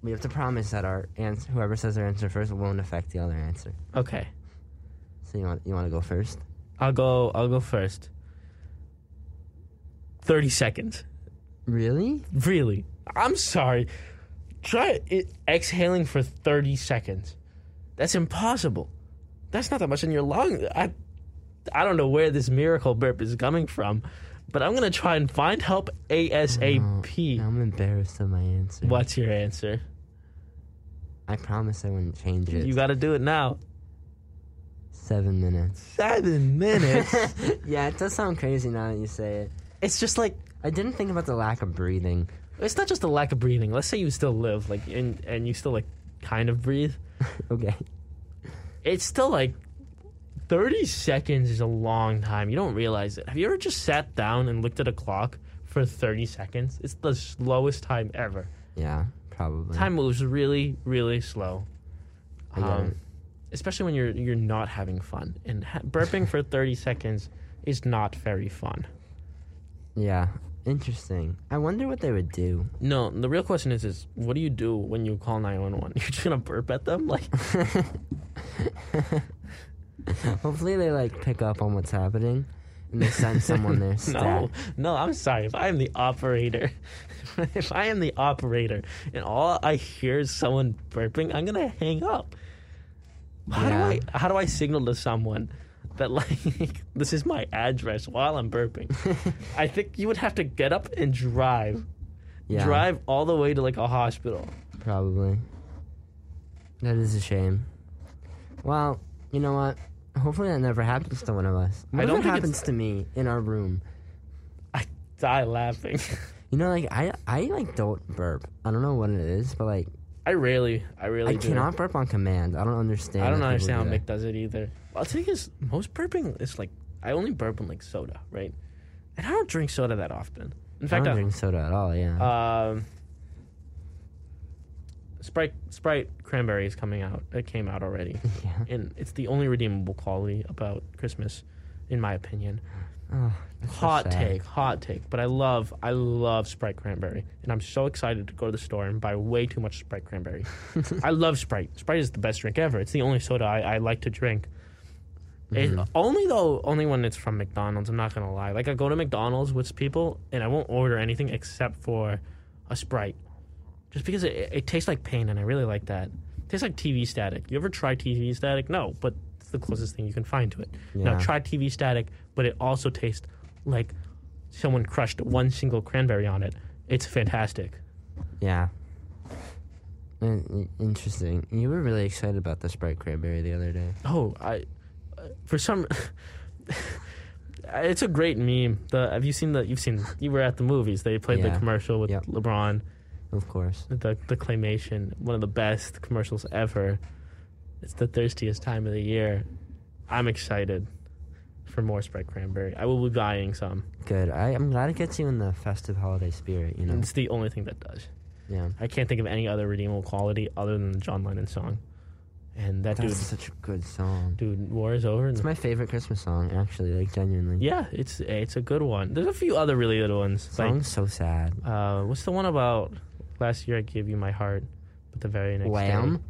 Speaker 7: we have to promise that our answer, whoever says their answer first, won't affect the other answer.
Speaker 9: Okay.
Speaker 7: So you want you want to go first?
Speaker 9: I'll go, I'll go first. 30 seconds.
Speaker 7: Really?
Speaker 9: Really? I'm sorry. Try it, exhaling for 30 seconds. That's impossible. That's not that much in your lung. I I don't know where this miracle burp is coming from, but I'm going to try and find help ASAP.
Speaker 7: Now I'm embarrassed of my answer.
Speaker 9: What's your answer?
Speaker 7: I promise I wouldn't change it.
Speaker 9: You got to do it now.
Speaker 7: Seven minutes.
Speaker 9: Seven minutes.
Speaker 7: yeah, it does sound crazy now that you say it.
Speaker 9: it's just like
Speaker 7: I didn't think about the lack of breathing.
Speaker 9: it's not just a lack of breathing. Let's say you still live, like, and and you still like kind of breathe.
Speaker 7: Okay.
Speaker 9: It's still like thirty seconds is a long time. You don't realize it. Have you ever just sat down and looked at a clock for thirty seconds? It's the slowest time ever.
Speaker 7: Yeah, probably.
Speaker 9: Time moves really, really slow.
Speaker 7: I get it.
Speaker 9: especially when you're you're not having fun and ha- burping for thirty seconds is not very fun.
Speaker 7: Yeah. Interesting. I wonder what they would do.
Speaker 9: No, the real question is, is what do you do when you call nine one one? You're just gonna burp at them, like
Speaker 7: Hopefully they like pick up on what's happening and they send someone their stat.
Speaker 9: no, no. I'm sorry. If I am the operator, if I am the operator, and all I hear is someone burping, I'm gonna hang up. How
Speaker 7: Yeah.
Speaker 9: do I how do I signal to someone that like this is my address while I'm burping? I think you would have to get up and drive,
Speaker 7: Yeah,
Speaker 9: drive all the way to like a hospital.
Speaker 7: probably. That is a shame. Well, you know what? Hopefully that never happens to one of us. What
Speaker 9: I
Speaker 7: if
Speaker 9: don't
Speaker 7: it
Speaker 9: think
Speaker 7: happens to me in our room?
Speaker 9: I die laughing.
Speaker 7: You know, like I, I like don't burp. I don't know what it is, but like
Speaker 9: I really, I really
Speaker 7: I
Speaker 9: do.
Speaker 7: cannot burp on command. I don't understand.
Speaker 9: I don't
Speaker 7: how people
Speaker 9: understand how
Speaker 7: do
Speaker 9: Mick
Speaker 7: that.
Speaker 9: does it either. Well, the thing is, most burping is like I only burp on like soda, right? And I don't drink soda that often. In
Speaker 7: I
Speaker 9: fact,
Speaker 7: don't
Speaker 9: I
Speaker 7: drink soda at all. Yeah.
Speaker 9: um, Sprite Sprite Cranberry is coming out. It came out already,
Speaker 7: yeah.
Speaker 9: and it's the only redeemable quality about Christmas, in my opinion.
Speaker 7: Oh, that's so
Speaker 9: Hot
Speaker 7: sad.
Speaker 9: take, hot take. But I love, I love Sprite Cranberry, and I'm so excited to go to the store and buy way too much Sprite Cranberry. I love Sprite. Sprite is the best drink ever. It's the only soda I, I like to drink. It,
Speaker 7: Mm-hmm.
Speaker 9: only though, only when it's from McDonald's. I'm not gonna lie. Like I go to McDonald's with people, and I won't order anything except for a Sprite, just because it, it tastes like pain, and I really like that. It tastes like TV static. You ever try TV static? No, but it's the closest thing you can find to it. Now
Speaker 7: Yeah.
Speaker 9: try TV static, but it also tastes like someone crushed one single cranberry on it. It's fantastic.
Speaker 7: Yeah. In- in- Interesting. You were really excited about the Sprite Cranberry the other day.
Speaker 9: Oh, I uh, for some it's a great meme. The have you seen the you've seen you were at the movies. They played the
Speaker 7: Yeah.
Speaker 9: commercial with
Speaker 7: Yep.
Speaker 9: LeBron,
Speaker 7: Of course.
Speaker 9: the the claymation, one of the best commercials ever. It's the thirstiest time of the year. I'm excited for more Sprite Cranberry. I will be buying some.
Speaker 7: Good. I, I'm glad it gets you in the festive holiday spirit, you know?
Speaker 9: It's the only thing that does.
Speaker 7: Yeah.
Speaker 9: I can't think of any other redeemable quality other than the John Lennon song. And that
Speaker 7: That's
Speaker 9: dude
Speaker 7: such a good song.
Speaker 9: dude, war is over and
Speaker 7: It's my favorite Christmas song, actually, like, genuinely.
Speaker 9: Yeah, it's it's a good one. There's a few other really good ones.
Speaker 7: Song's so sad.
Speaker 9: Like, uh, what's the one about last year? I gave you my heart, but the very next
Speaker 7: Wham?
Speaker 9: day-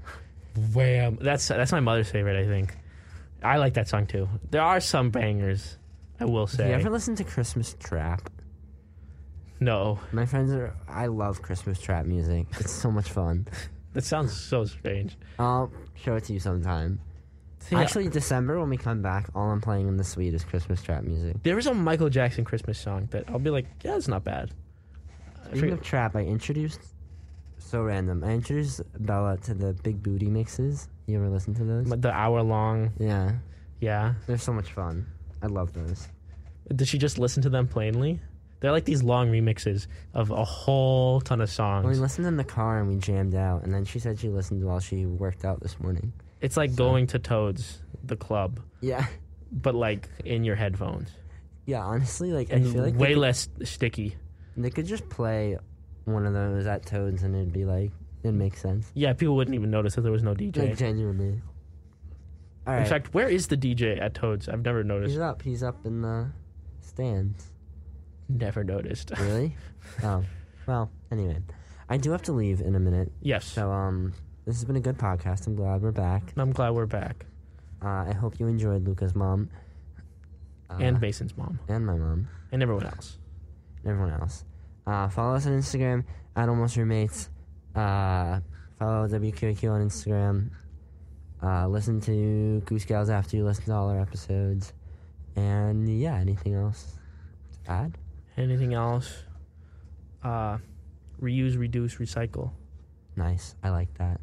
Speaker 9: wham. That's that's my mother's favorite. I think. I like that song too. There are some bangers. I will
Speaker 7: Do
Speaker 9: say.
Speaker 7: you ever listen to Christmas Trap?
Speaker 9: no,
Speaker 7: My friends are. I love Christmas Trap music. It's so much fun.
Speaker 9: that sounds so strange.
Speaker 7: I'll show it to you sometime. Actually, December when we come back, all I'm playing in the suite is Christmas Trap music.
Speaker 9: there is a Michael Jackson Christmas song that I'll be like, yeah, it's not bad. I
Speaker 7: Speaking
Speaker 9: forget-
Speaker 7: of trap, I introduced so random. I introduced Bella to the big booty mixes. You ever listen to those?
Speaker 9: the hour long,
Speaker 7: yeah,
Speaker 9: yeah.
Speaker 7: they're so much fun. I love those.
Speaker 9: Does she just listen to them plainly? They're like these long remixes of a whole ton of songs.
Speaker 7: Well, we listened in the car and we jammed out, and then she said she listened while she worked out this morning.
Speaker 9: It's like going to Toad's, the club,
Speaker 7: Yeah,
Speaker 9: but like in your headphones.
Speaker 7: yeah. Honestly, like I
Speaker 9: And
Speaker 7: feel like
Speaker 9: way
Speaker 7: they, could,
Speaker 9: less sticky.
Speaker 7: they could just play one of those at Toads, and it'd be like it'd make sense.
Speaker 9: Yeah, people wouldn't even notice that there was no
Speaker 7: Like
Speaker 9: DJ.
Speaker 7: genuinely. All right.
Speaker 9: In fact, where is the DJ at Toad's? I've never
Speaker 7: he's
Speaker 9: noticed.
Speaker 7: up. He's up in the stands.
Speaker 9: Never noticed.
Speaker 7: Really? oh. Well, anyway. I do have to leave in a minute.
Speaker 9: yes.
Speaker 7: So, um, this has been a good podcast. I'm glad we're back.
Speaker 9: I'm glad we're back.
Speaker 7: Uh, I hope you enjoyed Luca's mom. Uh,
Speaker 9: and Mason's mom.
Speaker 7: and my mom.
Speaker 9: And everyone else.
Speaker 7: And everyone else. Uh, follow us on Instagram at Almost Roommates. Uh, follow WQAQ on Instagram. Uh, listen to Goose Gals after you listen to all our episodes. And yeah, anything else to add?
Speaker 9: Anything else? Uh, reuse, reduce, recycle.
Speaker 7: Nice. I like that.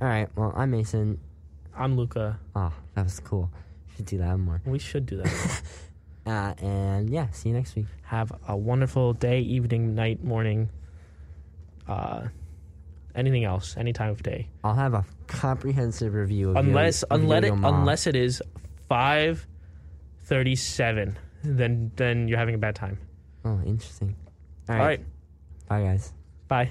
Speaker 7: All right. Well, I'm Mason.
Speaker 9: I'm Luca.
Speaker 7: Oh, that was cool. Should do that more.
Speaker 9: We should do that.
Speaker 7: Uh, and yeah, see you next week.
Speaker 9: Have a wonderful day, evening, night, morning. Uh, anything else, any time of day,
Speaker 7: I'll have a comprehensive review of
Speaker 9: unless
Speaker 7: your, of
Speaker 9: unless it,
Speaker 7: your mom.
Speaker 9: unless it is five thirty-seven, then then you're having a bad time.
Speaker 7: Oh, interesting.
Speaker 9: All right.
Speaker 7: Bye, guys.
Speaker 9: Bye.